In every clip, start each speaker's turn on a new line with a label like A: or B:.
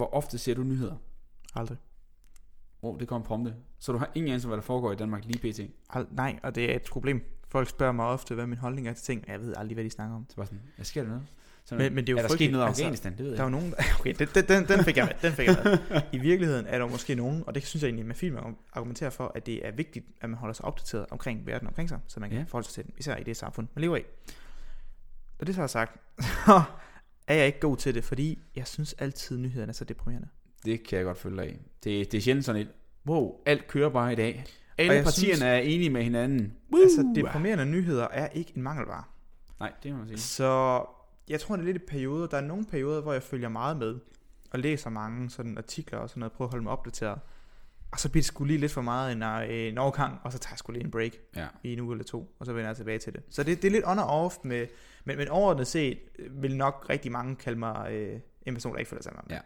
A: ofte ser du nyheder?
B: Aldrig.
A: Åh, oh, det kom prompte. Så du har ingen anelse, hvad der foregår i Danmark lige pt.
B: Ald- nej, og det er et problem. Folk spørger mig ofte, hvad min holdning er til ting, og jeg ved aldrig, hvad de snakker om.
A: Så bare sådan, hvad sker der noget? Sådan,
B: Men- men det er jo
A: er der sket
B: frygteligt,
A: noget i
B: altså,
A: Afghanistan? det ved
B: Der er
A: jeg
B: jo nogen, okay, den, den- den, den fik jeg med, den fik jeg med. I virkeligheden er der jo måske nogen, og det synes jeg egentlig, at film argumenterer for, at det er vigtigt, at man holder sig opdateret omkring verden omkring sig, så man kan
A: Ja.
B: ja. forholde sig til den, især i det samfund, man lever i. Og det så er sagt, så er jeg ikke god til det, fordi jeg synes altid, nyhederne er så deprimerende.
A: ikke. Det kan jeg godt følge dig i. Det, det er sjældent sådan et, wow, alt kører bare i dag. Alle
B: jeg
A: partierne
B: synes-
A: er enige med hinanden.
B: Uh. Altså, deprimerende nyheder er ikke en mangelvare.
A: Nej, det må man sige.
B: Så jeg tror, det er lidt i perioder. Der er nogle perioder, hvor jeg følger meget med og læser mange sådan artikler og sådan noget, prøver at holde mig opdateret. Og så bliver det sgu lige lidt for meget en, øh, en overgang, og så tager jeg sgu lige en break
A: Ja.
B: i en uge eller to, og så vender jeg tilbage til det. Så det, det er lidt on og off, med, men, men overordnet set øh, vil nok rigtig mange kalde mig øh, en person, der ikke føler sig med.
A: Ja.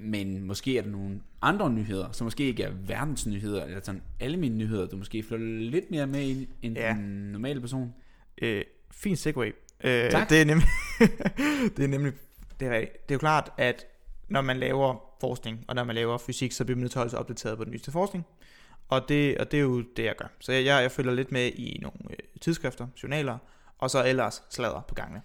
A: Men måske er der nogle andre nyheder, som måske ikke er verdensnyheder, eller sådan alle mine nyheder, du måske følger lidt mere med i end ja.
B: Ja.
A: en normal person.
B: Øh, fin segway. Øh,
A: Tak.
B: Det er nemlig, det er nemlig det er, rigtigt. det er jo klart, at når man laver forskning, og når man laver fysik, så bliver man nødt til at holde sig opdateret på den nyeste forskning. Og det, og det er jo det, jeg gør. Så jeg, jeg, jeg følger lidt med i nogle øh, tidsskrifter, journaler, og så ellers sladder på gangene.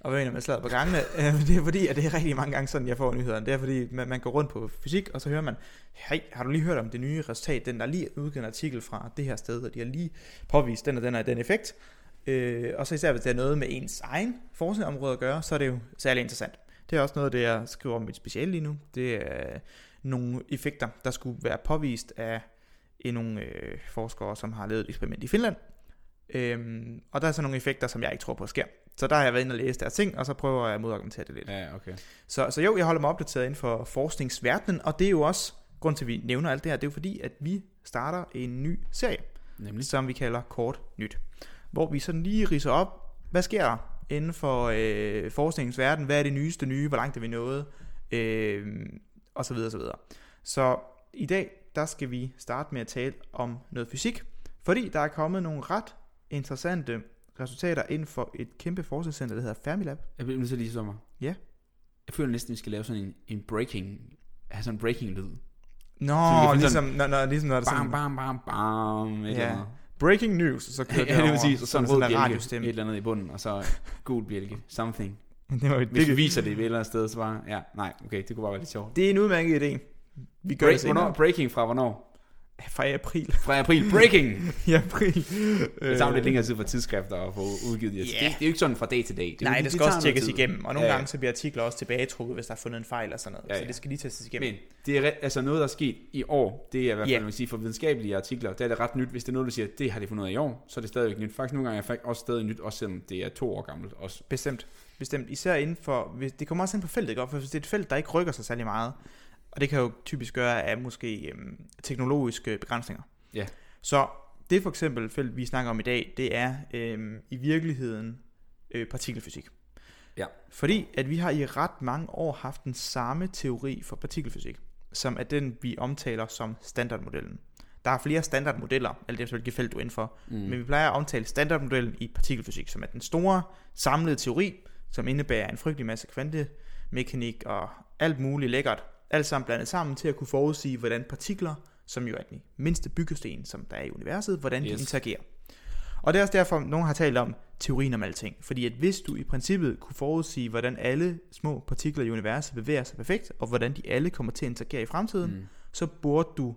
B: Og hvad mener jeg med sladder på gangene? Øh, det er fordi, at det er rigtig mange gange sådan, jeg får nyhederne. Det er fordi, man, man går rundt på fysik, og så hører man, hey, har du lige hørt om det nye resultat? Den der lige er udgivet en artikel fra det her sted, og de har lige påvist den og den og den effekt. Øh, og så især hvis det er noget med ens egen forskningsområde at gøre, så er det jo særlig interessant. Det er også noget af det, jeg skriver om i mit speciale lige nu. Det er nogle effekter, der skulle være påvist af en- nogle øh, forskere, som har lavet et eksperiment i Finland. Øhm, og der er så nogle effekter, som jeg ikke tror på sker. Så der har jeg været inde og læse deres ting, og så prøver jeg at modargumentere det lidt.
A: Ja, okay.
B: Så, så jo, jeg holder mig opdateret inden for forskningsverdenen, og det er jo også, grund til at vi nævner alt det her, det er jo fordi, at vi starter en ny serie
A: Nemlig.
B: som vi kalder Kort Nyt. Hvor vi sådan lige riser op, hvad sker der inden for øh, forskningens verden, hvad er det nyeste nye, hvor langt er vi nået, øh, og så videre, så videre. Så i dag, der skal vi starte med at tale om noget fysik, fordi der er kommet nogle ret interessante resultater inden for et kæmpe forskningscenter, der hedder Fermilab.
A: Jeg bliver nødt til lige sommer.
B: Ja.
A: Jeg føler næsten, vi skal lave sådan en, en breaking, have sådan en breaking lyd. vi kan
B: Nå,
A: finde
B: ligesom, når, når, ligesom når det er
A: Bam,
B: sådan,
A: bam, bam, bam, et
B: Ja.
A: eller andet.
B: breaking news, så kører
A: Ja,
B: det
A: det
B: over,
A: vil sige, så sådan en
B: sådan
A: rød
B: en
A: bjælke,
B: radiostemme.
A: et eller andet i bunden, og så gul bjælke, something.
B: Det var et
A: Hvis vi viser det et eller andet sted, så bare, ja, nej, okay, det kunne bare være lidt sjovt.
B: Det er en udmærket idé. Vi gør det
A: Break,
B: senere.
A: hvornår, breaking fra hvornår?
B: Fra april.
A: Fra april, breaking!
B: I april. Øh,
A: Det tager jo lidt længere tid for tidsskrifter at få udgivet de her.
B: Ja.
A: Yeah. Det, det er jo ikke sådan fra dag til dag. Det er jo-
B: Nej, det skal
A: tager
B: også
A: noget
B: tjekkes
A: tid.
B: igennem, og nogle
A: Ja,
B: ja,
A: ja.
B: gange så bliver artikler også tilbagetrukket, hvis der er fundet en fejl og sådan noget.
A: Ja,
B: Ja,
A: ja.
B: ja. Så det skal lige testes igennem.
A: Men det er re- altså noget, der er sket i år. Det er i hvert fald,
B: Ja.
A: yeah. man kan sige, for videnskabelige artikler, der er det ret nyt. Hvis det er noget, du siger, det har de fundet ud af i år, så er det stadigvæk nyt. Faktisk nogle gange er faktisk også stadig nyt, også selvom det er to år gammelt. Også.
B: Bestemt. Bestemt. Især inden for... Hvis, det kommer også ind på feltet, ikke? Og For hvis det er et felt, der ikke rykker sig særlig meget, og det kan jo typisk gøre af måske øhm, teknologiske begrænsninger.
A: Ja.
B: Så det for eksempel felt, vi snakker om i dag, det er øhm, i virkeligheden øh, partikelfysik.
A: Ja.
B: Fordi at vi har i ret mange år haft den samme teori for partikelfysik, som er den, vi omtaler som standardmodellen. Der er flere standardmodeller, alt efter hvilket felt du er inden for,
A: Mm.
B: men vi plejer at omtale standardmodellen i partikelfysik, som er den store samlede teori, som indebærer en frygtelig masse kvantemekanik og alt muligt lækkert, alt sammen blandet sammen til at kunne forudsige, hvordan partikler, som jo er den mindste byggesten, som der er i universet, hvordan yes.
A: Yes.
B: de interagerer. Og det er også derfor, nogen har talt om teorien om alting. Fordi at hvis du i princippet kunne forudsige, hvordan alle små partikler i universet bevæger sig perfekt, og hvordan de alle kommer til at interagere i fremtiden, mm.
A: Mm.
B: så burde du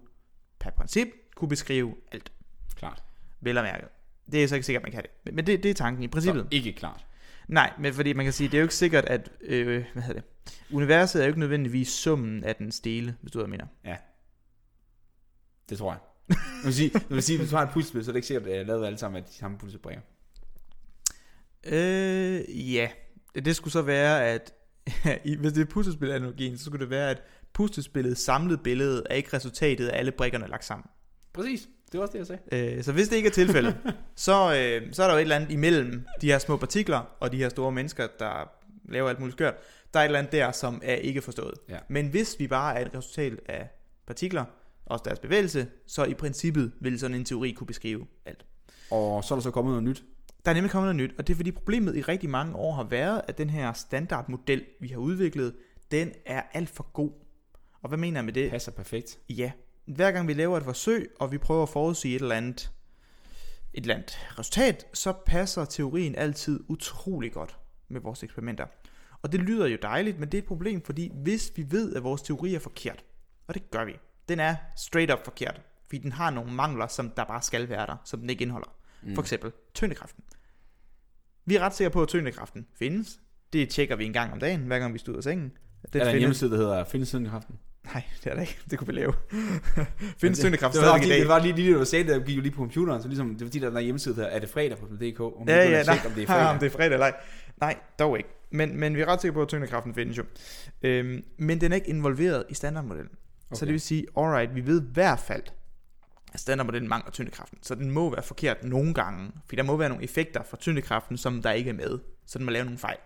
B: per princip kunne beskrive alt.
A: Klart.
B: Vel og mærket. Det er så ikke sikkert, man kan det. Men- Men det, det er tanken i princippet.
A: Så
B: Så.
A: ikke klart.
B: Nej, men fordi man kan sige, det er jo ikke sikkert, at... Øh, hvad hedder det? Universet er jo ikke nødvendigvis summen af dens dele, hvis du ved, hvad jeg mener.
A: Det tror jeg. Jeg vil sige, jeg vil sige hvis du har et puslespil, så er det ikke sikkert, at jeg lavede alle sammen af de samme puslespil.
B: Øh, ja. Det skulle så være, at... i- hvis det er puslespil-analogien, så skulle det være, at puslespillet samlet billede er ikke resultatet af alle brikkerne lagt sammen.
A: Præcis. Det var også det, jeg sagde.
B: Øh, så hvis det ikke er tilfældet, så, øh, så er der jo et eller andet imellem de her små partikler og de her store mennesker, der laver alt muligt skørt. Der er et eller andet der, som er ikke forstået.
A: Ja.
B: Men hvis vi bare er et resultat af partikler og deres bevægelse, så i princippet vil sådan en teori kunne beskrive alt.
A: Og så er der så kommet noget nyt.
B: Der er nemlig kommet noget nyt, og det er fordi problemet i rigtig mange år har været, at den her standardmodel, vi har udviklet, den er alt for god. Og hvad mener jeg med det?
A: Passer perfekt.
B: Ja. Hver gang vi laver et forsøg, og vi prøver at forudsige et eller andet, et eller andet resultat, så passer teorien altid utrolig godt med vores eksperimenter. Og det lyder jo dejligt, men det er et problem, fordi hvis vi ved, at vores teori er forkert, og det gør vi, den er straight up forkert, fordi den har nogle mangler, som der bare skal være der, som den ikke indeholder. Mm. For eksempel tyngdekraften. Vi er ret sikre på, at tyngdekraften findes. Det tjekker vi en gang om dagen, hver gang vi står ud af sengen. Den
A: er der en
B: findes-
A: hjemmeside, der hedder Findes Søndagsaften?
B: Nej, det er der ikke. Det kunne vi lave. Findes
A: Men det-
B: tyngdekraft
A: det var,
B: stadig i
A: fordi,
B: dag.
A: det var lige lige det, du sagde, der gik jo lige på computeren, så ligesom, det var fordi, der er den der hjemmeside, der hedder, er det fredag på DK? Og
B: Ja, ja, nej,
A: tjekke, om det er
B: om
A: fredag.
B: det er fredag eller ej. Nej, dog ikke. Men, men vi er ret sikre på, at tyngdekraften findes jo. Øhm, men den er ikke involveret i standardmodellen. Okay. Så det vil sige, alright, vi ved i hvert fald, at standardmodellen mangler tyngdekraften. Så den må være forkert nogle gange. Fordi der må være nogle effekter fra tyngdekraften, som der ikke er med. Så den må lave nogle fejl.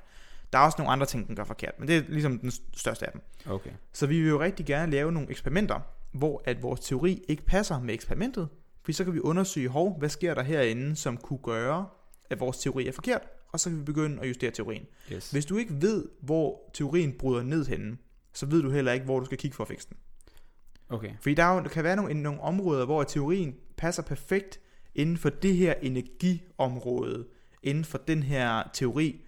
B: Der er også nogle andre ting, den gør forkert. Men det er ligesom den største af dem.
A: Okay.
B: Så vi vil jo rigtig gerne lave nogle eksperimenter, hvor at vores teori ikke passer med eksperimentet, fordi så kan vi undersøge, hov, hvad sker der herinde, som kunne gøre, at vores teori er forkert, og så kan vi begynde at justere teorien.
A: Yes.
B: Hvis du ikke ved, hvor teorien bryder ned henne, så ved du heller ikke, hvor du skal kigge for at fikse den.
A: Okay.
B: Fordi der, er jo, der kan være nogle, nogle områder, hvor teorien passer perfekt inden for det her energiområde, inden for den her teori,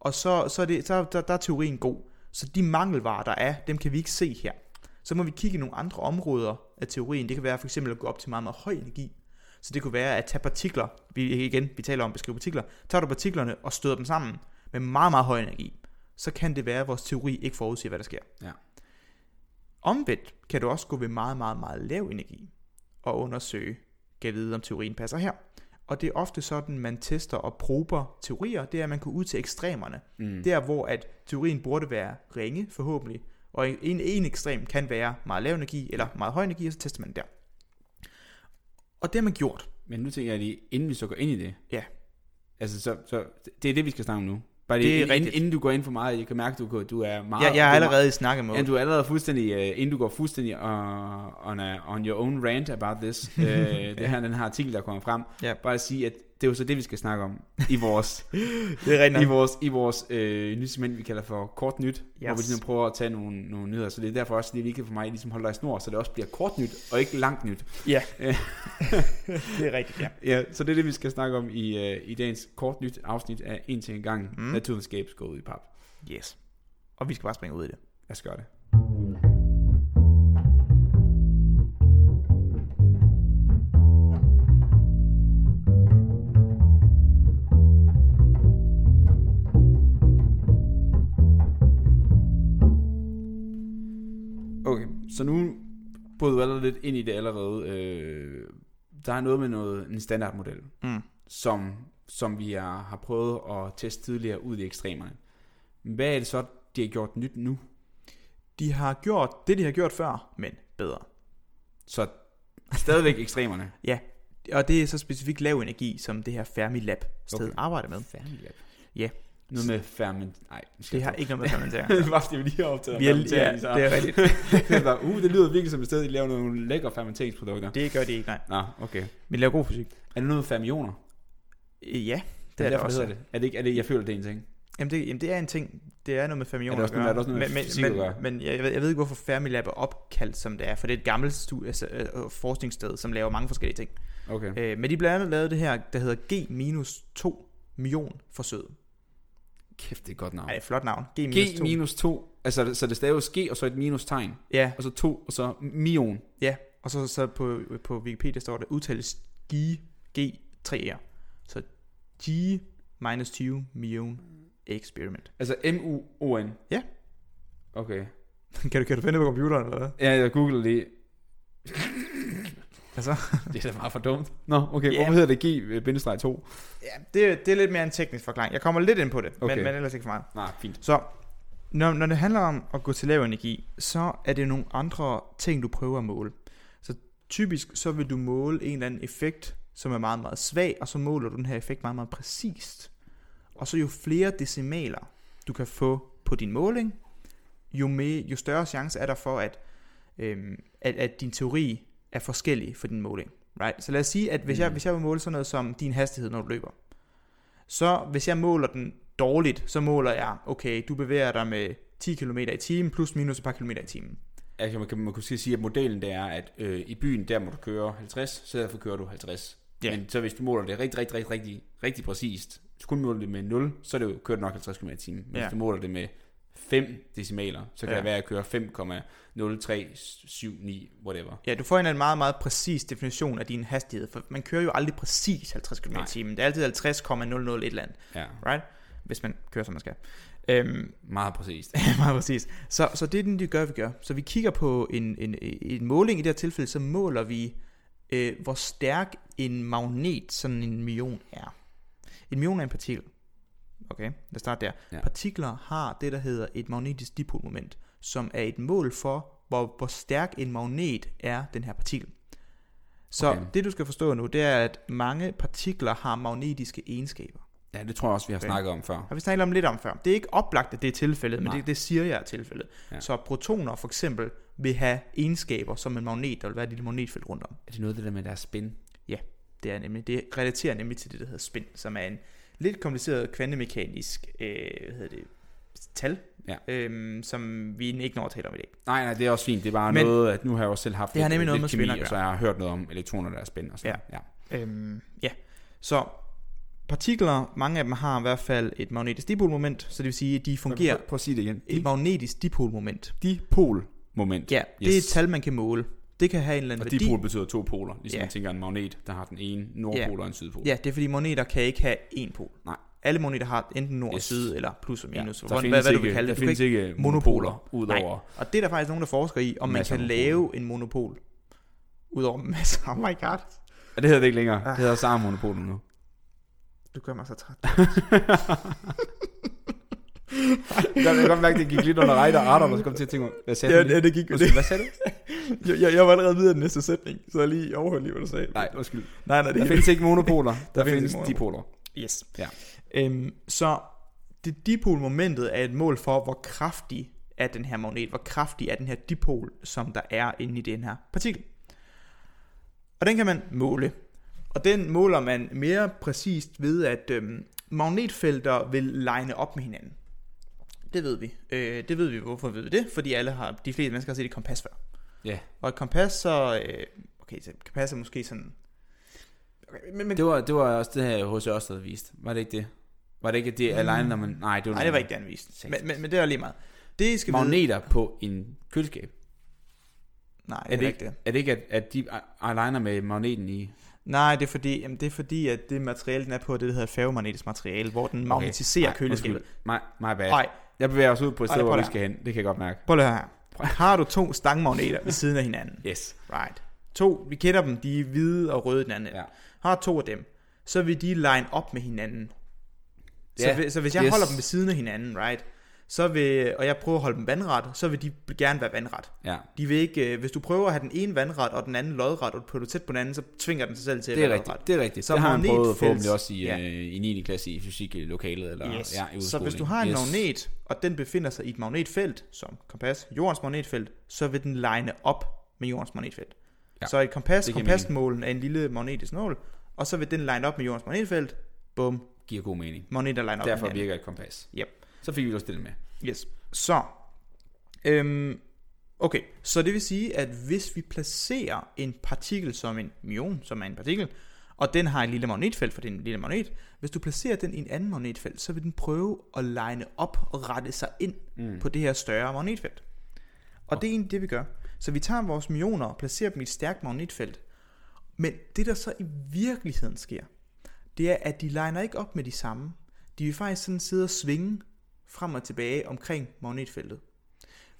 B: og så, så, er, det, så er- der, der er teorien god. Så de mangelvarer, der er, dem kan vi ikke se her. Så må vi kigge i nogle andre områder af teorien. Det kan være for eksempel at gå op til meget, meget høj energi. Så det kunne være at tage partikler, vi, igen, vi taler om at beskrive partikler, tager du partiklerne og støder dem sammen med meget, meget høj energi, så kan det være, at vores teori ikke forudsiger, hvad der sker.
A: Ja.
B: Omvendt kan du også gå ved meget, meget, meget lav energi og undersøge, kan jeg vide, om teorien passer her. Og det er ofte sådan, man tester og prober teorier, det er, at man kan ud til ekstremerne.
A: Mm.
B: Der, hvor at teorien burde være ringe, forhåbentlig, og en, en- en ekstrem kan være meget lav energi eller meget høj energi, og så tester man der. Og det har man gjort.
A: Men nu tænker jeg lige, inden vi så går ind i det.
B: Ja.
A: Altså, så, så det er det, vi skal snakke om nu. Bare
B: Det er
A: lige, inden,
B: rigtigt.
A: inden, du går ind for meget, jeg kan mærke, du, går- du er meget...
B: Jeg, jeg er
A: du
B: allerede i snakkemode.
A: Ja, du er allerede fuldstændig, uh, inden du går fuldstændig uh, on, a, on your own rant about this, uh, det her, den her artikel, der kommer frem,
B: Ja.
A: bare at sige, at det er jo så det, vi skal snakke om i vores,
B: Det er
A: i
B: rigtigt. nok.
A: vores, i vores øh, nye segment, vi kalder for kort nyt, yes. hvor vi
B: Yes.
A: ligesom prøver at tage nogle, nogle nyheder, så det er derfor også lige vigtigt for mig, at ligesom holde dig i snor, så det også bliver kort nyt, og ikke langt nyt.
B: Ja. det er rigtigt, ja.
A: Ja, så det er det, vi skal snakke om i, øh, i dagens kort nyt afsnit af En ting ad gangen, mm.
B: Mm.
A: naturvidenskab skal ud i pap.
B: Yes. Og vi skal bare springe ud i det.
A: Lad os gøre det. Okay, så nu bryder du allerede lidt ind i det allerede. Øh, der er noget med noget, en standardmodel,
B: Mm.
A: som, som vi er, har prøvet at teste tidligere ud i ekstremerne. Hvad er det så, de har gjort nyt nu?
B: De har gjort det, de har gjort før, men bedre.
A: Så stadigvæk ekstremerne.
B: Og det er så specifikt lav energi, som det her Fermilab sted
A: Okay.
B: okay. arbejder med.
A: Fermilab.
B: Ja.
A: Noget med ferment... Nej, nu skal
B: Det har
A: jeg
B: ikke noget med fermentering.
A: det var fordi, vi lige har optaget
B: Vi er, ja, det er rigtigt.
A: det var, uh, det lyder virkelig som et sted, de laver nogle lækre fermenteringsprodukter.
B: Det gør det ikke, nej.
A: Nå, okay.
B: Vi laver god fysik.
A: Er det noget med fermioner?
B: Øh, Ja,
A: Det er, derfor, det hedder
B: det.
A: det. Er det, ikke, er det, jeg føler, det er en ting.
B: Jamen det, jamen det er en ting, det er noget med fermioner
A: Er det også-
B: at gøre.
A: er det også noget med fysik at
B: men,
A: gøre?
B: men jeg, ved, jeg ved ikke, hvorfor Fermilab er opkaldt, som det er, for det er et gammelt studie, altså, øh, forskningssted, som laver mange forskellige ting.
A: Okay.
B: Øh, men de blandt andet lavet det her, der hedder G-2 million forsøg.
A: Kæft, det er et godt navn.
B: Ej, flot navn. G-2.
A: G minus 2. Altså, så det staves G, og så et minus tegn.
B: Ja,
A: Og så 2, og så mion.
B: Ja, og så, så på, på Wikipedia står der, udtales G, G, 3R. Så G minus 20 million experiment.
A: Altså M-U-O-N.
B: Ja.
A: Okay.
B: kan, du, kan du finde det på computeren, eller hvad?
A: Ja, jeg googlede lige.
B: Altså?
A: det er da bare for dumt. Nå, okay.
B: Ja.
A: Hvorfor hedder det øh, G-2?
B: Ja, det, det er lidt mere en teknisk forklaring. Jeg kommer lidt ind på det, okay.
A: Okay.
B: men, men ellers ikke for meget.
A: Nej, fint.
B: Så når, når det handler om at gå til lav energi, så er det nogle andre ting, du prøver at måle. Så typisk så vil du måle en eller anden effekt, som er meget, meget svag, og så måler du den her effekt meget, meget præcist. Og så jo flere decimaler, du kan få på din måling, jo, mere, jo større chance er der for, at, øhm, at, at din teori er forskellig for din måling. Right? Så lad os sige, at hvis, jeg,
A: Mm.
B: hvis jeg vil måle sådan noget som din hastighed, når du løber, så hvis jeg måler den dårligt, så måler jeg, okay, du bevæger dig med 10 km i timen, plus minus et par kilometer i timen.
A: Altså, man kan, man kan sige, at modellen det er, at øh, i byen, der må du køre 50, så derfor kører du 50.
B: Ja.
A: Men så hvis du måler det rigtig, rigtig, rigtig, rigtig, rigtig præcist, hvis du kun måler det med 0, så er det jo kørt nok 50 km i timen. Men
B: Ja.
A: hvis du måler det med 5 decimaler, så kan
B: Ja.
A: det være, at køre 5,0379, whatever.
B: Ja, du får en eller anden meget, meget præcis definition af din hastighed, for man kører jo aldrig præcis 50 km i
A: Nej.
B: timen. Det er altid 50,00 et eller andet,
A: Ja,
B: right? Hvis man kører, som man skal. Øhm,
A: meget præcist.
B: Ja, meget præcis. Så, så det er den, de gør, vi gør. Så vi kigger på en, en, en måling i det her tilfælde, så måler vi, øh, hvor stærk en magnet sådan en million er. En million er en partikel. Okay, lad os starte der. Ja.
A: Ja.
B: Partikler har det, der hedder et magnetisk dipolmoment, som er et mål for, hvor, hvor stærk en magnet er den her partikel. Så
A: Okay.
B: okay. det, du skal forstå nu, det er, at mange partikler har magnetiske egenskaber.
A: Ja, det tror jeg også, vi har
B: Okay.
A: snakket om før.
B: Har vi snakket om lidt om før. Det er ikke oplagt, at det er tilfældet, men
A: Nej.
B: det, det siger jeg er tilfældet. Ja.
A: Ja.
B: Så protoner for eksempel vil have egenskaber som en magnet, der vil være et lille magnetfelt rundt om.
A: Er det noget af det der med deres spin?
B: Det, er nemlig, det relaterer nemlig til det, der hedder spin, som er en lidt kompliceret kvantemekanisk øh, hvad hedder det, tal,
A: Ja.
B: øhm, som vi ikke når at tale om i dag.
A: Nej, nej, det er også fint. Det er bare
B: Men-
A: Men, noget, at nu har jeg også selv haft
B: Det har nemlig noget med spin at
A: og så har jeg hørt noget om elektroner, der er spændende. Og sådan. Ja.
B: Øhm, ja, så partikler, mange af dem har i hvert fald et magnetisk dipolmoment, så det vil sige, at de fungerer
A: Prøv, prøv at sige det igen.
B: et magnetisk dipolmoment.
A: Dipolmoment.
B: Ja, yes. det er et
A: Yes.
B: tal, man kan måle. Det kan have en eller anden
A: Og
B: værdi.
A: dipol betyder to poler. Ligesom
B: Ja.
A: ja. man tænker en magnet, der har den ene nordpol
B: Ja.
A: og en sydpol.
B: Ja, det er fordi moneter kan ikke have én pol.
A: Nej.
B: Alle moneter har enten nord og
A: Yes.
B: syd, eller plus og minus.
A: Der
B: Ja, hvad,
A: findes
B: hvad du
A: ikke,
B: vil kalde det.
A: Der
B: Du kan
A: findes
B: ikke...
A: ikke øh,
B: monopoler.
A: monopoler, udover...
B: Og det er der faktisk nogen, der forsker i, om man
A: Masser
B: kan
A: af monopoler.
B: lave en monopol. Udover masser. Oh my god.
A: Ja, det hedder det ikke længere.
B: Ah.
A: Det hedder samme monopoler nu.
B: Du gør mig så træt.
A: Jeg kan godt mærke, at det gik lidt under rejder og arter, og så kom jeg til at tænke, hvad sagde du? lige?
B: det gik
A: Undskyld, hvad sagde du?
B: Jeg, jeg, jeg var allerede videre i den næste sætning, så jeg lige overhørte lige, hvad du sagde.
A: Nej, undskyld.
B: nej, nej det
A: Der
B: er
A: findes ikke monopoler, der,
B: findes
A: findes
B: ikke
A: dipoler.
B: Yes.
A: Ja.
B: Øhm, så det dipolmomentet er et mål for, hvor kraftig er den her magnet, hvor kraftig er den her dipol, som der er inde i den her partikel. Og den kan man måle. Og den måler man mere præcist ved, at øhm, magnetfelter vil line op med hinanden. Det ved vi. Øh, det ved vi. Hvorfor ved vi det? Fordi alle har, de fleste mennesker har set et kompas før.
A: Ja.
B: Og et kompas, så... Øh, okay, så et kompas er måske sådan... Okay, men, men,
A: Det var, det var også det her, H.C. Ørsted havde vist. Var det ikke det? Var det ikke at det
B: Mm.
A: alene, når man... Nej, det var,
B: Nej, det var ikke det, han viste. Men, men, men det er lige meget. Det I skal
A: Magneter på en køleskab.
B: Vide, nej, det
A: Er
B: er,
A: det
B: ikke det.
A: Er det ikke, at, at de aligner med magneten i...
B: Nej, det er fordi, jamen, det er fordi at det materiale, den er på, er det, der hedder et ferromagnetisk materiale, hvor den magnetiserer okay. køleskabet.
A: Nej, my, my bad.
B: Nej,
A: Jeg bevæger os ud på et
B: Nej,
A: sted,
B: prøv
A: hvor vi
B: lige.
A: skal hen. Det kan jeg godt mærke.
B: prøv lige at høre her. Har du to stangmagneter ved siden af hinanden?
A: Yes.
B: Right. To, vi kender dem, de er hvide og røde den anden.
A: Ja.
B: Har to af dem, så vil de line op med hinanden. Så,
A: Ja,
B: yeah. så hvis jeg yes.
A: yes.
B: holder dem ved siden af hinanden, right, så vil, og jeg prøver at holde dem vandret, så vil de gerne være vandret.
A: Ja,
B: De vil ikke, øh, hvis du prøver at have den ene vandret og den anden lodret, og du putter tæt på den anden, så tvinger den sig selv til at
A: det er
B: være
A: rigtigt. Det er rigtigt.
B: Så
A: Så det har man
B: magnetfelt-
A: prøvet forhåbentlig også i,
B: Ja.
A: ja. øh, i 9. klasse i fysik i lokalet. Eller,
B: Yes.
A: ja, i
B: så hvis
A: udskoling.
B: du har en
A: yes.
B: magnet, og den befinder sig i et magnetfelt, som kompas, jordens magnetfelt, så vil den line op med jordens magnetfelt. Ja.
A: Ja,
B: Så et kompas,
A: det giver
B: kompasmålen er en lille magnetisk nål, og så vil den line op med jordens magnetfelt, bum,
A: Giver god mening.
B: magneter line op
A: Derfor
B: med hinanden.
A: virker et kompas.
B: Yep.
A: Så fik vi også det med.
B: Yes. Så, øhm, okay, så det vil sige, at hvis vi placerer en partikel som en mion, som er en partikel, og den har et lille magnetfelt, for det er en lille magnet, hvis du placerer den i en anden magnetfelt, så vil den prøve at line op og rette sig ind mm. på det her større magnetfelt. Og det er egentlig det, vi gør. Så vi tager vores mioner og placerer dem i et stærkt magnetfelt. Men det, der så i virkeligheden sker, det er, at de liner ikke op med de samme. De vil faktisk sådan sidde og svinge frem og tilbage omkring magnetfeltet.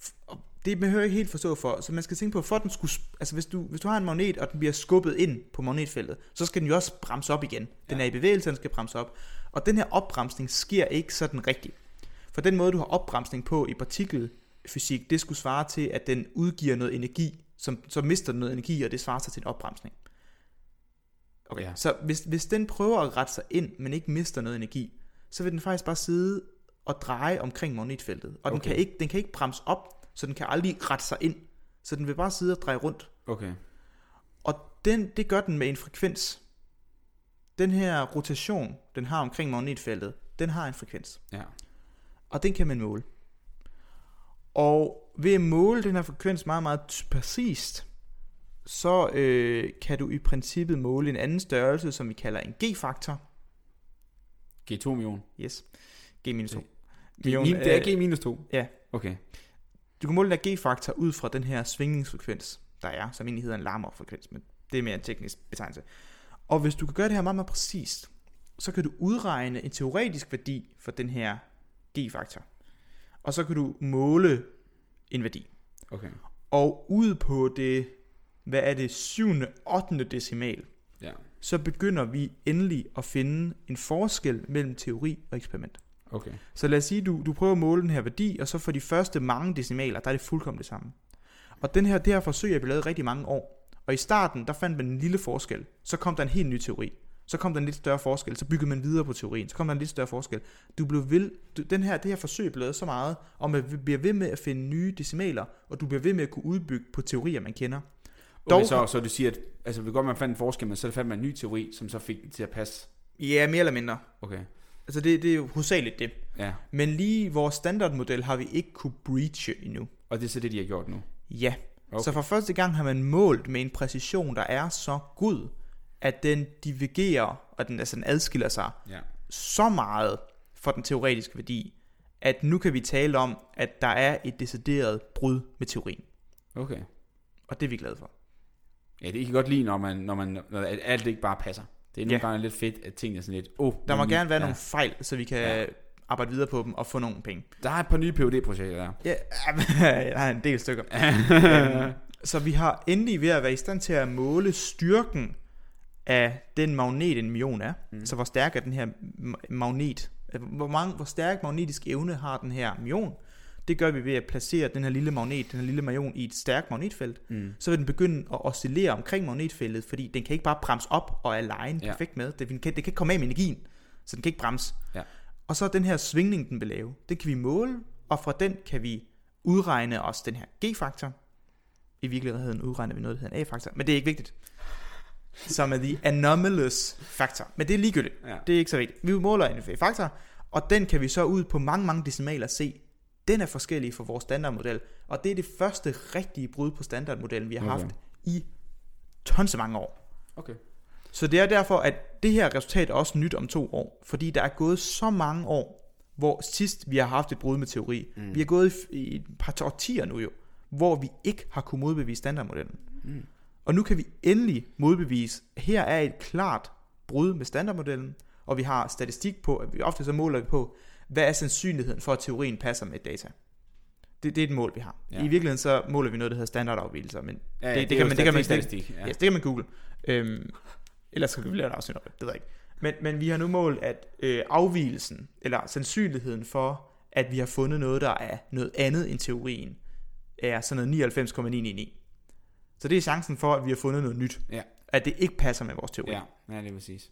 B: F- Og det behøver jeg ikke helt forstå for, så man skal tænke på, for at den skulle, sp- altså hvis du, hvis du har en magnet, og den bliver skubbet ind på magnetfeltet, så skal den jo også bremse op igen. Den er i bevægelse, den skal bremse op. Og den her opbremsning sker ikke sådan rigtigt. For den måde, du har opbremsning på i partikelfysik, det skulle svare til, at den udgiver noget energi, som, så mister den noget energi, og det svarer sig til en opbremsning. Okay.
A: Ja.
B: Så hvis, hvis den prøver at rette sig ind, men ikke mister noget energi, så vil den faktisk bare sidde og dreje omkring magnetfeltet. Og okay. den,
A: Okay.
B: kan ikke, den kan ikke bremse op, så den kan aldrig rette sig ind. Så den vil bare sidde og dreje rundt.
A: Okay.
B: Og den, det gør den med en frekvens. Den her rotation, den har omkring magnetfeltet, den har en frekvens.
A: Ja.
B: Og den kan man måle. Og ved at måle den her frekvens meget, meget t- præcist, så øh, kan du i princippet måle en anden størrelse, som vi kalder en g-faktor.
A: G2 million.
B: Yes, g-2.
A: G, min, det er G minus 2.
B: øh, ja.
A: Okay.
B: Du kan måle den her g-faktor ud fra den her svingningsfrekvens, der er, som egentlig hedder en Larmor-frekvens, men det er mere en teknisk betegnelse. Og hvis du kan gøre det her meget, meget præcist, så kan du udregne en teoretisk værdi for den her g-faktor. Og så kan du måle en værdi.
A: Okay.
B: Og ud på det, hvad er det, syvende, ottende decimal,
A: Ja.
B: så begynder vi endelig at finde en forskel mellem teori og eksperiment.
A: Okay.
B: Så lad os sige, du, du prøver at måle den her værdi, og så for de første mange decimaler, der er det fuldkommen det samme. Og den her, det her forsøg har vi lavet i rigtig mange år. Og i starten, der fandt man en lille forskel. Så kom der en helt ny teori. Så kom der en lidt større forskel. Så byggede man videre på teorien. Så kom der en lidt større forskel. Du blev ved, du, den her, det her forsøg blev lavet så meget, og man bliver ved med at finde nye decimaler, og du bliver ved med at kunne udbygge på teorier, man kender.
A: Okay,
B: Dog-
A: så, så du siger, at altså, vi godt, man fandt en forskel, men så fandt man en ny teori, som så fik den til at passe.
B: Ja, mere eller mindre.
A: Okay.
B: Altså det, det er jo hovedsageligt det.
A: Ja.
B: Men lige vores standardmodel har vi ikke kunne breache endnu.
A: Og det er så det, de har gjort nu.
B: Ja, okay.
A: Okay.
B: så for første gang har man målt med en præcision, der er så god, at den divergerer, og den, altså den adskiller sig
A: Ja.
B: så meget fra den teoretiske værdi, at nu kan vi tale om, at der er et decideret brud med teorien.
A: Okay.
B: Og det er vi glade for.
A: Ja, det kan godt lide, når, man, når, man, når at alt ikke bare passer. Det er nogle
B: Ja.
A: ja. gange lidt fedt, at tingene er sådan lidt... Oh,
B: Der må
A: men-
B: gerne være
A: ja.
B: nogle fejl, så vi kan
A: Ja.
B: arbejde videre på dem og få nogle penge.
A: Der er et par nye phd projekter der.
B: Ja, der er en del stykker. Øhm, så vi har endelig ved at være i stand til at måle styrken af den magnet, en million er. Mm. Så hvor stærk er den her ma- magnet? øh, Hvor, mange, hvor stærk magnetisk evne har den her million? Det gør vi ved at placere den her lille magnet, den her lille million i et stærkt magnetfelt.
A: Mm.
B: Så vil den begynde at oscillere omkring magnetfeltet, fordi den kan ikke bare bremse op og er lejen
A: Ja.
B: perfekt med. Det, den kan, det kan ikke komme af med energien, så den kan ikke bremse.
A: Ja.
B: Og så den her svingning, den vil lave, den kan vi måle, og fra den kan vi udregne os den her g-faktor. I virkeligheden udregner vi noget, der hedder en a-faktor, men det er ikke vigtigt. Som er the anomalous factor. Men det er ligegyldigt.
A: Ja.
B: Det er ikke så vigtigt. Vi måler en faktor, og den kan vi så ud på mange, mange decimaler se. Den er forskellig fra vores standardmodel, og det er det første rigtige brud på standardmodellen, vi har okay.
A: Okay.
B: haft i tons af mange år.
A: Okay.
B: Så det er derfor, at det her resultat er også nyt om to år, fordi der er gået så mange år, hvor sidst vi har haft et brud med teori. Mm. Vi har gået i, i et par årtier nu jo, hvor vi ikke har kunnet modbevise standardmodellen. Mm. Og nu kan vi endelig modbevise, at her er et klart brud med standardmodellen, og vi har statistik på, at vi ofte så måler vi på, hvad er sandsynligheden for, at teorien passer med data. Det, det er et mål, vi har. Ja.
A: Ja.
B: I virkeligheden så måler vi noget, der hedder standardafvielser, men
A: Ja, ja,
B: det, det,
A: er
B: kan
A: jo
B: man, det kan man det,
A: statistik. statistik,
B: Ja.
A: Ja.
B: Yes, det kan man google. Øhm, ellers så kan vi lave et afsnit om det, det ved jeg ikke. Men, men vi har nu målt, at øh, afvielsen, eller sandsynligheden for, at vi har fundet noget, der er noget andet end teorien, er sådan noget 99,999. Så det er chancen for, at vi har fundet noget nyt.
A: Ja.
B: At det ikke passer med vores teori.
A: Ja, ja, det er præcis.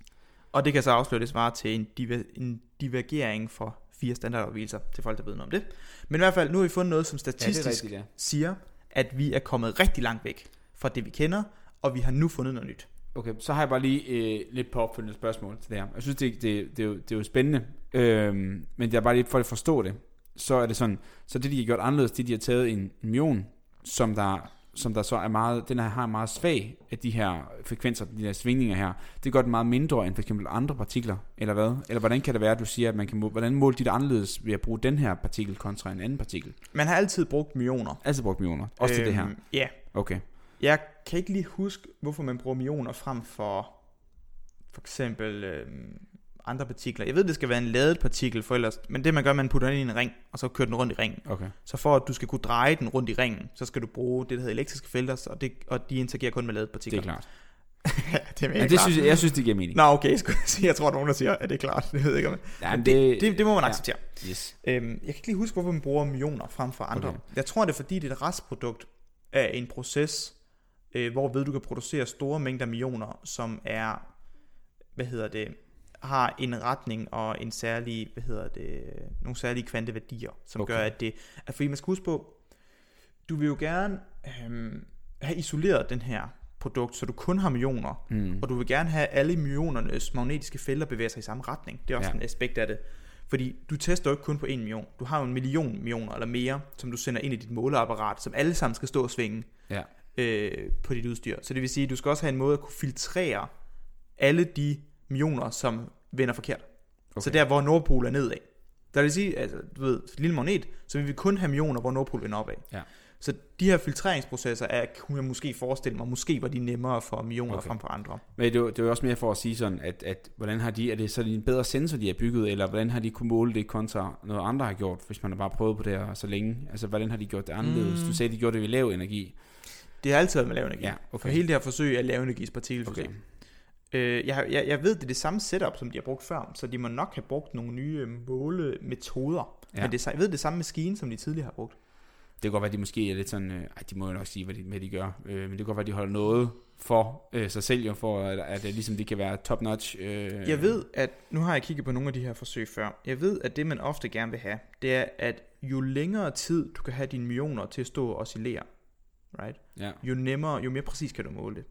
B: Og det kan så afsløre, det svarer til en, diver, en divergering for fire standardafvielser, til folk, der ved noget om det. Men i hvert fald, nu har vi fundet noget, som
A: Ja, det er
B: statistisk
A: rigtigt, ja.
B: siger, at vi er kommet rigtig langt væk fra det, vi kender, og vi har nu fundet noget nyt.
A: Okay, så har jeg bare lige øh, lidt på opfølgende spørgsmål til det her. Jeg synes, det, det, det, er, jo, det er jo spændende, øhm, men det er bare lige for at forstå det. Så er det sådan, så det de har gjort anderledes, det er, de har taget en million, som der, som der så er meget, den her har en meget svag af de her frekvenser, de her svingninger her. Det gør den meget mindre end for eksempel andre partikler, eller hvad? Eller hvordan kan det være, at du siger, at man kan måle, hvordan måler de det anderledes ved at bruge den her partikel kontra en anden partikel?
B: Man har altid brugt mioner.
A: Altså brugt millioner, også øhm. til det her.
B: Ja.
A: Okay,
B: Jeg kan ikke lige huske, hvorfor man bruger mioner frem for for eksempel øhm, andre partikler. Jeg ved, det skal være en ladet partikel, for ellers, men det man gør, man putter den ind i en ring, og så kører den rundt i ringen.
A: okay.
B: Så for at du skal kunne dreje den rundt i ringen, så skal du bruge det, der hedder elektriske felter, og, det, og de interagerer kun med ladet
A: Det
B: partikler.
A: er klart.
B: klart. det er
A: Men
B: mega
A: det
B: klart.
A: synes jeg, jeg synes, det giver mening.
B: Nå, okay, jeg, skulle sige, jeg tror, der er nogen, der siger, at det er klart. Det ved jeg ikke om.
A: Ja, men
B: det, det, det, må man
A: Øh, ja.
B: acceptere.
A: Yes.
B: Øhm, jeg kan ikke lige huske, hvorfor man bruger myoner frem for andre. Okay.
A: Okay.
B: Jeg tror, det er fordi, det er et restprodukt af en proces, øh, hvorved du kan producere store mængder myoner, som er, hvad hedder det, har en retning og en særlig, hvad hedder det, nogle særlige kvanteværdier, som okay.
A: Okay.
B: gør, at det, at fordi man skal huske på, du vil jo gerne øhm, have isoleret den her produkt, så du kun har myoner,
A: Mm.
B: og du vil gerne have alle myonernes magnetiske felter bevæge sig i samme retning. Det er også
A: Ja.
B: ja. en aspekt af det. Fordi du tester jo ikke kun på en million. Du har jo en million millioner eller mere, som du sender ind i dit måleapparat, som alle sammen skal stå og svinge
A: Ja.
B: øh, på dit udstyr. Så det vil sige, at du skal også have en måde at kunne filtrere alle de millioner, som vender forkert. Okay. Så der, hvor Nordpol er nedad. Der vil sige, altså, du ved, lille magnet, så vil vi kun have millioner, hvor Nordpol vender opad.
A: Ja.
B: Så de her filtreringsprocesser er, kunne jeg måske forestille mig, måske var de nemmere for millioner
A: Okay.
B: okay. frem for andre.
A: Men det var, det var også mere for at sige sådan, at, at hvordan har de, er det så en bedre sensor, de har bygget, eller hvordan har de kunne måle det kontra noget andre har gjort, hvis man har bare prøvet på det her så længe? Altså, hvordan har de gjort det anderledes?
B: Mm.
A: Mm. Du sagde, de gjorde det ved lav energi.
B: Det har altid været med lav energi.
A: Ja,
B: For
A: okay.
B: hele det her forsøg er lav energis partikelfysik.
A: okay.
B: Okay. Øh, jeg, har- jeg, jeg ved, det er det samme setup, som de har brugt før, så de må nok have brugt nogle nye øh, målemetoder. Ja.
A: Ja.
B: Men det, er sa- jeg ved, det er samme maskine, som de tidligere har brugt.
A: Det kan godt være, at de måske er lidt sådan, øh, ej, de må jo nok sige, hvad de, hvad de gør, øh, men det kan godt være, at de holder noget for øh, sig selv, jo, for at, at det, ligesom det kan være top-notch. Øh,
B: Jeg ved, at nu har jeg kigget på nogle af de her forsøg før. Jeg ved, at det man ofte gerne vil have, det er, at jo længere tid du kan have dine millioner til at stå og oscillere, right?
A: Ja,
B: jo nemmere, jo mere præcis kan du måle det.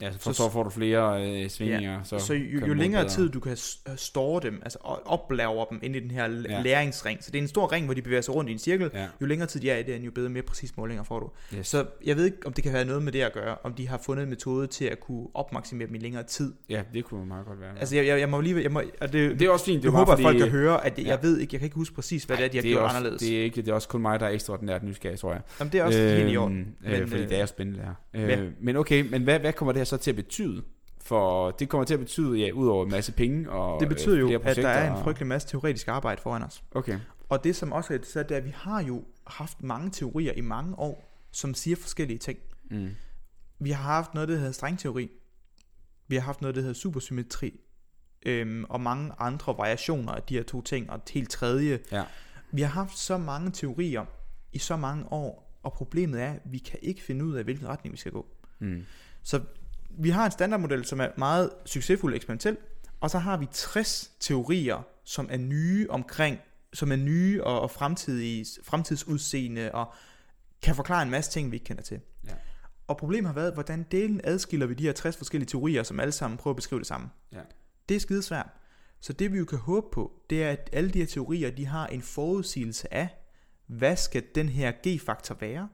A: ja så, for,
B: Så-
A: så får du flere øh, svingninger. Ja.
B: Så,
A: Så,
B: så jo,
A: kan
B: jo
A: du
B: længere
A: bedre.
B: tid du kan s- store dem, altså o- oplaver dem ind i den her l-
A: Ja.
B: læringsring, så det er en stor ring, hvor de bevæger sig rundt i en cirkel,
A: Ja,
B: jo længere tid de er i det, jo bedre, mere præcise målinger får du.
A: yes. så,
B: Så jeg ved ikke, om det kan være noget med det at gøre, om de har fundet en metode til at kunne opmaksimere dem i længere tid.
A: ja, det kunne meget godt være.
B: Altså, jeg, jeg, jeg må lige... Jeg må, og det,
A: det er også fint.
B: det
A: Det er bare
B: jeg håber, at
A: fordi,
B: folk kan høre, at jeg,
A: ja.
B: jeg ved ikke, jeg kan ikke huske præcis, hvad det er, de har
A: er
B: gjort
A: også,
B: anderledes. Det,
A: Det er, ikke, det er også kun mig, der er ekstraordinært nysgerrig, tror jeg.
B: Jamen, det er også helt i orden.
A: Øh,
B: men,
A: fordi
B: øh,
A: det er jo spændende det her. Øh,
B: ja.
A: Men okay, men hvad, hvad kommer det her så til at betyde? For det kommer til at betyde, ja, ud over en masse penge og
B: Det betyder
A: øh,
B: jo,
A: flere
B: at der
A: projekter
B: er en
A: og-
B: frygtelig masse teoretisk arbejde foran os.
A: Okay,
B: Og det, som også er interessant, det er, at vi har jo haft mange teorier i mange år, som siger forskellige ting.
A: mm.
B: Vi har haft noget, der hedder strengteori. Vi har haft noget, der hedder supersymmetri. Øhm, og mange andre variationer af de her to ting, og et helt tredje.
A: Ja.
B: Vi har haft så mange teorier i så mange år, og problemet er, at vi kan ikke finde ud af, hvilken retning vi skal gå.
A: Mm.
B: Så vi har en standardmodel, som er meget succesfuld og eksperimentel, og så har vi 60 teorier, som er nye omkring, som er nye og, og fremtidige, fremtidsudseende, og kan forklare en masse ting, vi ikke kender til.
A: Ja.
B: Og problemet har været, hvordan delen adskiller vi de her 60 forskellige teorier, som alle sammen prøver at beskrive det samme.
A: Ja.
B: Det er skidesvært. Så det vi jo kan håbe på, det er, at alle de her teorier, de har en forudsigelse af, hvad skal den her g-faktor være?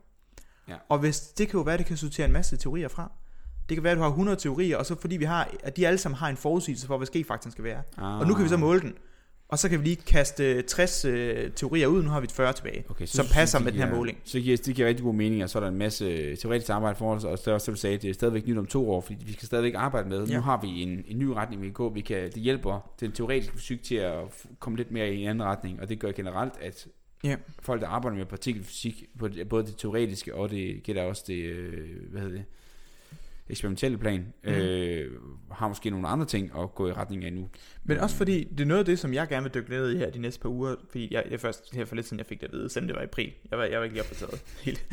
A: Ja.
B: Og hvis, det kan jo være, at det kan sortere en masse teorier fra. Det kan være, at du har 100 teorier, og så fordi vi har, at de alle sammen har en forudsigelse for, hvad g-faktoren skal være.
A: Ah.
B: Og nu kan vi så måle den. Og så kan vi lige kaste øh, 60 øh, teorier ud, nu har vi et 40 tilbage,
A: Okay,
B: som
A: synes jeg,
B: passer
A: det
B: med den her
A: giver-
B: måling.
A: Så giver, det giver rigtig god mening, og så er der en masse øh, teoretisk arbejde for os, og så, som du sagde, det er stadigvæk nyt om to år, fordi vi skal stadigvæk arbejde med.
B: Ja.
A: Ja. Nu har vi en, en ny retning, vi kan gå. Vi kan, det hjælper den teoretiske fysik til at f- komme lidt mere i en anden retning, og det gør generelt, at
B: Ja.
A: folk, der arbejder med partikelfysik, på det- både det teoretiske og det gælder også det, øh, hvad hedder det, eksperimentelle plan,
B: Mhm.
A: mm. øh, har måske nogle andre ting at gå i retning af nu.
B: Men også fordi, det er noget af det, som jeg gerne vil dykke ned i her de næste par uger, fordi jeg, jeg først her for lidt siden, jeg fik det at vide, selvom det var i april. Jeg var, jeg var ikke lige opdateret helt.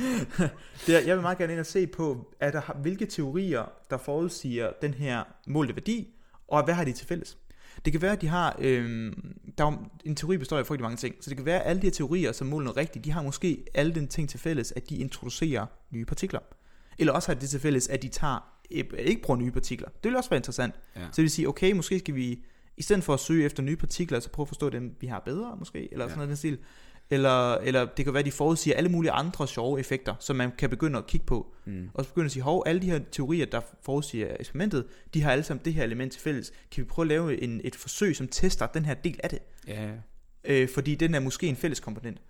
B: det er, jeg vil meget gerne ind og se på, er der, hvilke teorier, der forudsiger den her målte værdi, og hvad har de til fælles? Det kan være, at de har... Øhm, der er jo, en teori består af frygtelig mange ting, så det kan være, at alle de her teorier, som måler noget rigtigt, de har måske alle den ting til fælles, at de introducerer nye partikler. Eller også har de det til fælles, at de tager, øh, ikke bruger nye partikler. Det vil også være interessant.
A: Ja.
B: Så det vil sige, okay, måske skal vi, i stedet for at søge efter nye partikler, så prøve at forstå dem, vi har bedre måske, eller ja.
A: Ja.
B: sådan noget i den stil. Eller, eller det kan være, at de forudsiger alle mulige andre sjove effekter, som man kan begynde at kigge på.
A: Mm.
B: Og så begynde at sige, hov, alle de her teorier, der forudsiger eksperimentet, de har alle sammen det her element til fælles. Kan vi prøve at lave en, et forsøg, som tester den her del af det?
A: Ja, ja.
B: Øh, fordi den er måske en fælles komponent.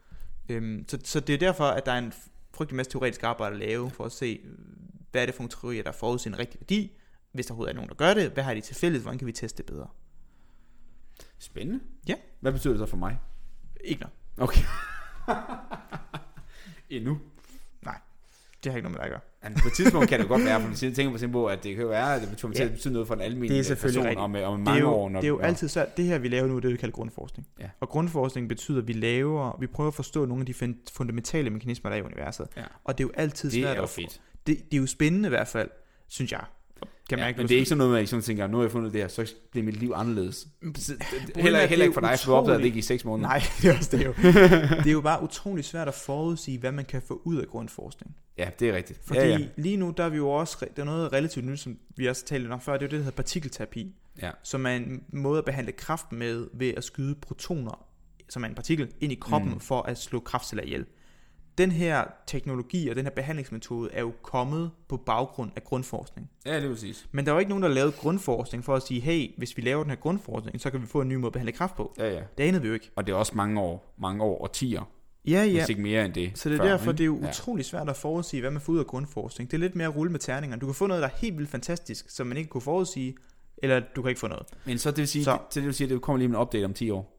B: Øhm, så, så det er derfor, at der er en frygtelig masse teoretisk arbejde at lave, for at se, øh, hvad er det for nogle teorier, der forudsiger en rigtig værdi, hvis der overhovedet er nogen, der gør det, hvad har de til fælles, hvordan kan vi teste det bedre?
A: Spændende.
B: Ja.
A: Hvad betyder det så for mig?
B: Ikke noget.
A: Okay. Endnu.
B: Det har ikke noget med dig at gøre.
A: Men på et tidspunkt kan det godt være, for man tænker for eksempel på, at det kan jo være, at det kommer til
B: Ja.
A: at betyde noget for den
B: Det er
A: almindelige
B: selvfølgelig
A: person
B: rigtigt.
A: om, øh, om
B: det
A: mange
B: er jo,
A: år. Når,
B: det er jo
A: når,
B: altid svært. Det her, vi laver nu, det er det, vi kalder grundforskning.
A: Ja.
B: Og grundforskning betyder, at vi laver, vi prøver at forstå nogle af de fun- fundamentale mekanismer, der er i universet.
A: Ja.
B: Og det er jo altid
A: det
B: svært.
A: er jo
B: at få-
A: fedt.
B: Det, det, er jo spændende i hvert fald, synes jeg. Kan
A: ja,
B: mærke,
A: men
B: du-
A: det er ikke sådan noget, man ikke sådan tænker, nu har jeg fundet det her, så bliver mit liv anderledes. Så,
B: er,
A: heller,
B: det er
A: heller ikke for dig, for du opdagede det
B: utroligt.
A: ikke i seks måneder.
B: Nej, det er også det jo. det er jo bare utrolig svært at forudsige, hvad man kan få ud af grundforskning.
A: Ja, det er rigtigt.
B: Fordi
A: ja, ja.
B: lige nu, der er vi jo også, re- der er noget relativt nyt, som vi også talte lidt om før, det er jo det, der hedder partikelterapi.
A: Ja.
B: som er en måde at behandle kraft med ved at skyde protoner som er en partikel, ind i kroppen
A: Mm.
B: mm. for at slå kraftceller ihjel. Den her teknologi og den her behandlingsmetode er jo kommet på baggrund af grundforskning.
A: Ja, det er præcis.
B: Men der var ikke nogen, der lavede grundforskning for at sige, hey, hvis vi laver den her grundforskning, så kan vi få en ny måde at behandle kræft på.
A: Ja, ja.
B: Det anede vi jo ikke.
A: Og det er også mange år, mange år og tiger,
B: Ja,
A: ja.
B: ja.
A: hvis ikke mere end det.
B: Så det er
A: før,
B: derfor,
A: ikke?
B: det er jo
A: Ja.
B: utrolig svært at forudsige, hvad man får ud af grundforskning. Det er lidt mere at rulle med terningerne. Du kan få noget, der er helt vildt fantastisk, som man ikke kunne forudsige, eller du kan ikke få noget.
A: Men så det vil sige,
B: Så-
A: så. Det, det vil sige, at det kommer lige med en update om 10 år.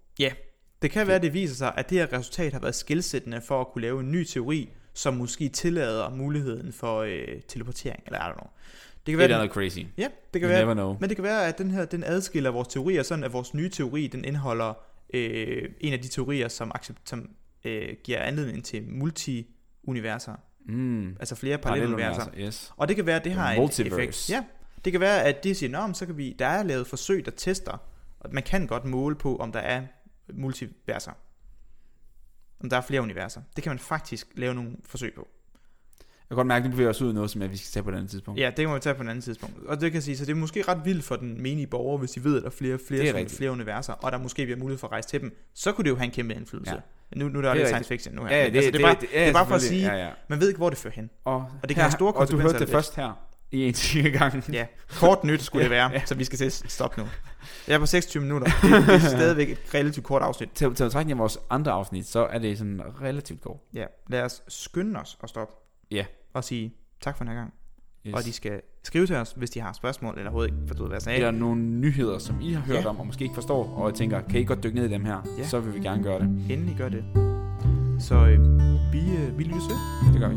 B: Det kan være, at det viser sig, at det her resultat har været skilsættende for at kunne lave en ny teori, som måske tillader muligheden for øh, telepatering, eller I don't know. Det kan
A: Det er
B: være,
A: noget crazy. Det
B: ja, det
A: you
B: kan være,
A: never know.
B: men det kan være, at den her den adskiller vores teorier, sådan at vores nye teori, den indeholder øh, en af de teorier, som, accept, som øh, giver anledning til multi-universer,
A: Mm.
B: altså flere parallelle universer.
A: Paralleluniverser. Yes.
B: Og det kan være, at det har en
A: Multiverse.
B: effekt. Ja, det kan være, at de siger, "Nå, men så kan vi, der er lavet forsøg, der tester, og man kan godt måle på, om der er multiverser. Om der er flere universer. Det kan man faktisk lave nogle forsøg på.
A: Jeg kan godt mærke, at nu bevæger os ud i noget, som jeg, vi skal tage på et andet tidspunkt.
B: Ja, det kan man tage på et andet tidspunkt. Og det kan jeg sige, så det er måske ret vildt for den menige borger, hvis de ved, at der er flere, flere,
A: Det er
B: sådan-
A: rigtigt.
B: flere universer, og der måske bliver mulighed for at rejse til dem. Så kunne det jo have en kæmpe indflydelse. Ja. Nu, nu er der
A: er
B: det lidt
A: rigtigt.
B: science fiction nu her.
A: Ja,
B: men altså, det, er bare,
A: ja,
B: det er bare for at
A: selvfølgelig.
B: sige,
A: Ja, ja.
B: man ved ikke, hvor det fører hen.
A: Og,
B: og det kan have store
A: og du hørte
B: konsekvenser
A: det
B: lidt.
A: først her i en time gang.
B: Ja. Kort nyt skulle det være,
A: Ja.
B: så vi skal til at stoppe nu. Jeg er på 26 minutter. Det, det er stadigvæk et relativt kort afsnit.
A: Til, til betragtning af vores andre afsnit, så er det sådan relativt godt.
B: Ja, lad os skynde os at stoppe.
A: Ja.
B: Og sige tak for den her gang.
A: Yes.
B: Yes. Og de skal skrive til os, hvis de har spørgsmål, eller overhovedet ikke forstod, hvad jeg sagde.
A: Eller nogle nyheder, som I har hørt
B: Ja.
A: om, og måske ikke forstår, og jeg tænker, kan I godt dykke ned i dem her?
B: Ja.
A: Så vil vi gerne gøre det.
B: Endelig gør det. Så øh, vi, øh, vi lyttes ved.
A: Det gør vi.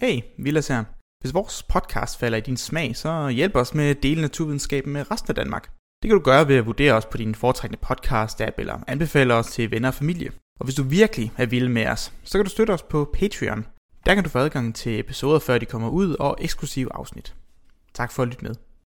B: Hey, Vilas her. Hvis vores podcast falder i din smag, så hjælp os med at dele naturvidenskaben med resten af Danmark. Det kan du gøre ved at vurdere os på din foretrækkende podcast-app eller anbefale os til venner og familie. Og hvis du virkelig er vild med os, så kan du støtte os på Patreon. Der kan du få adgang til episoder, før de kommer ud, og eksklusive afsnit. Tak for at lytte med.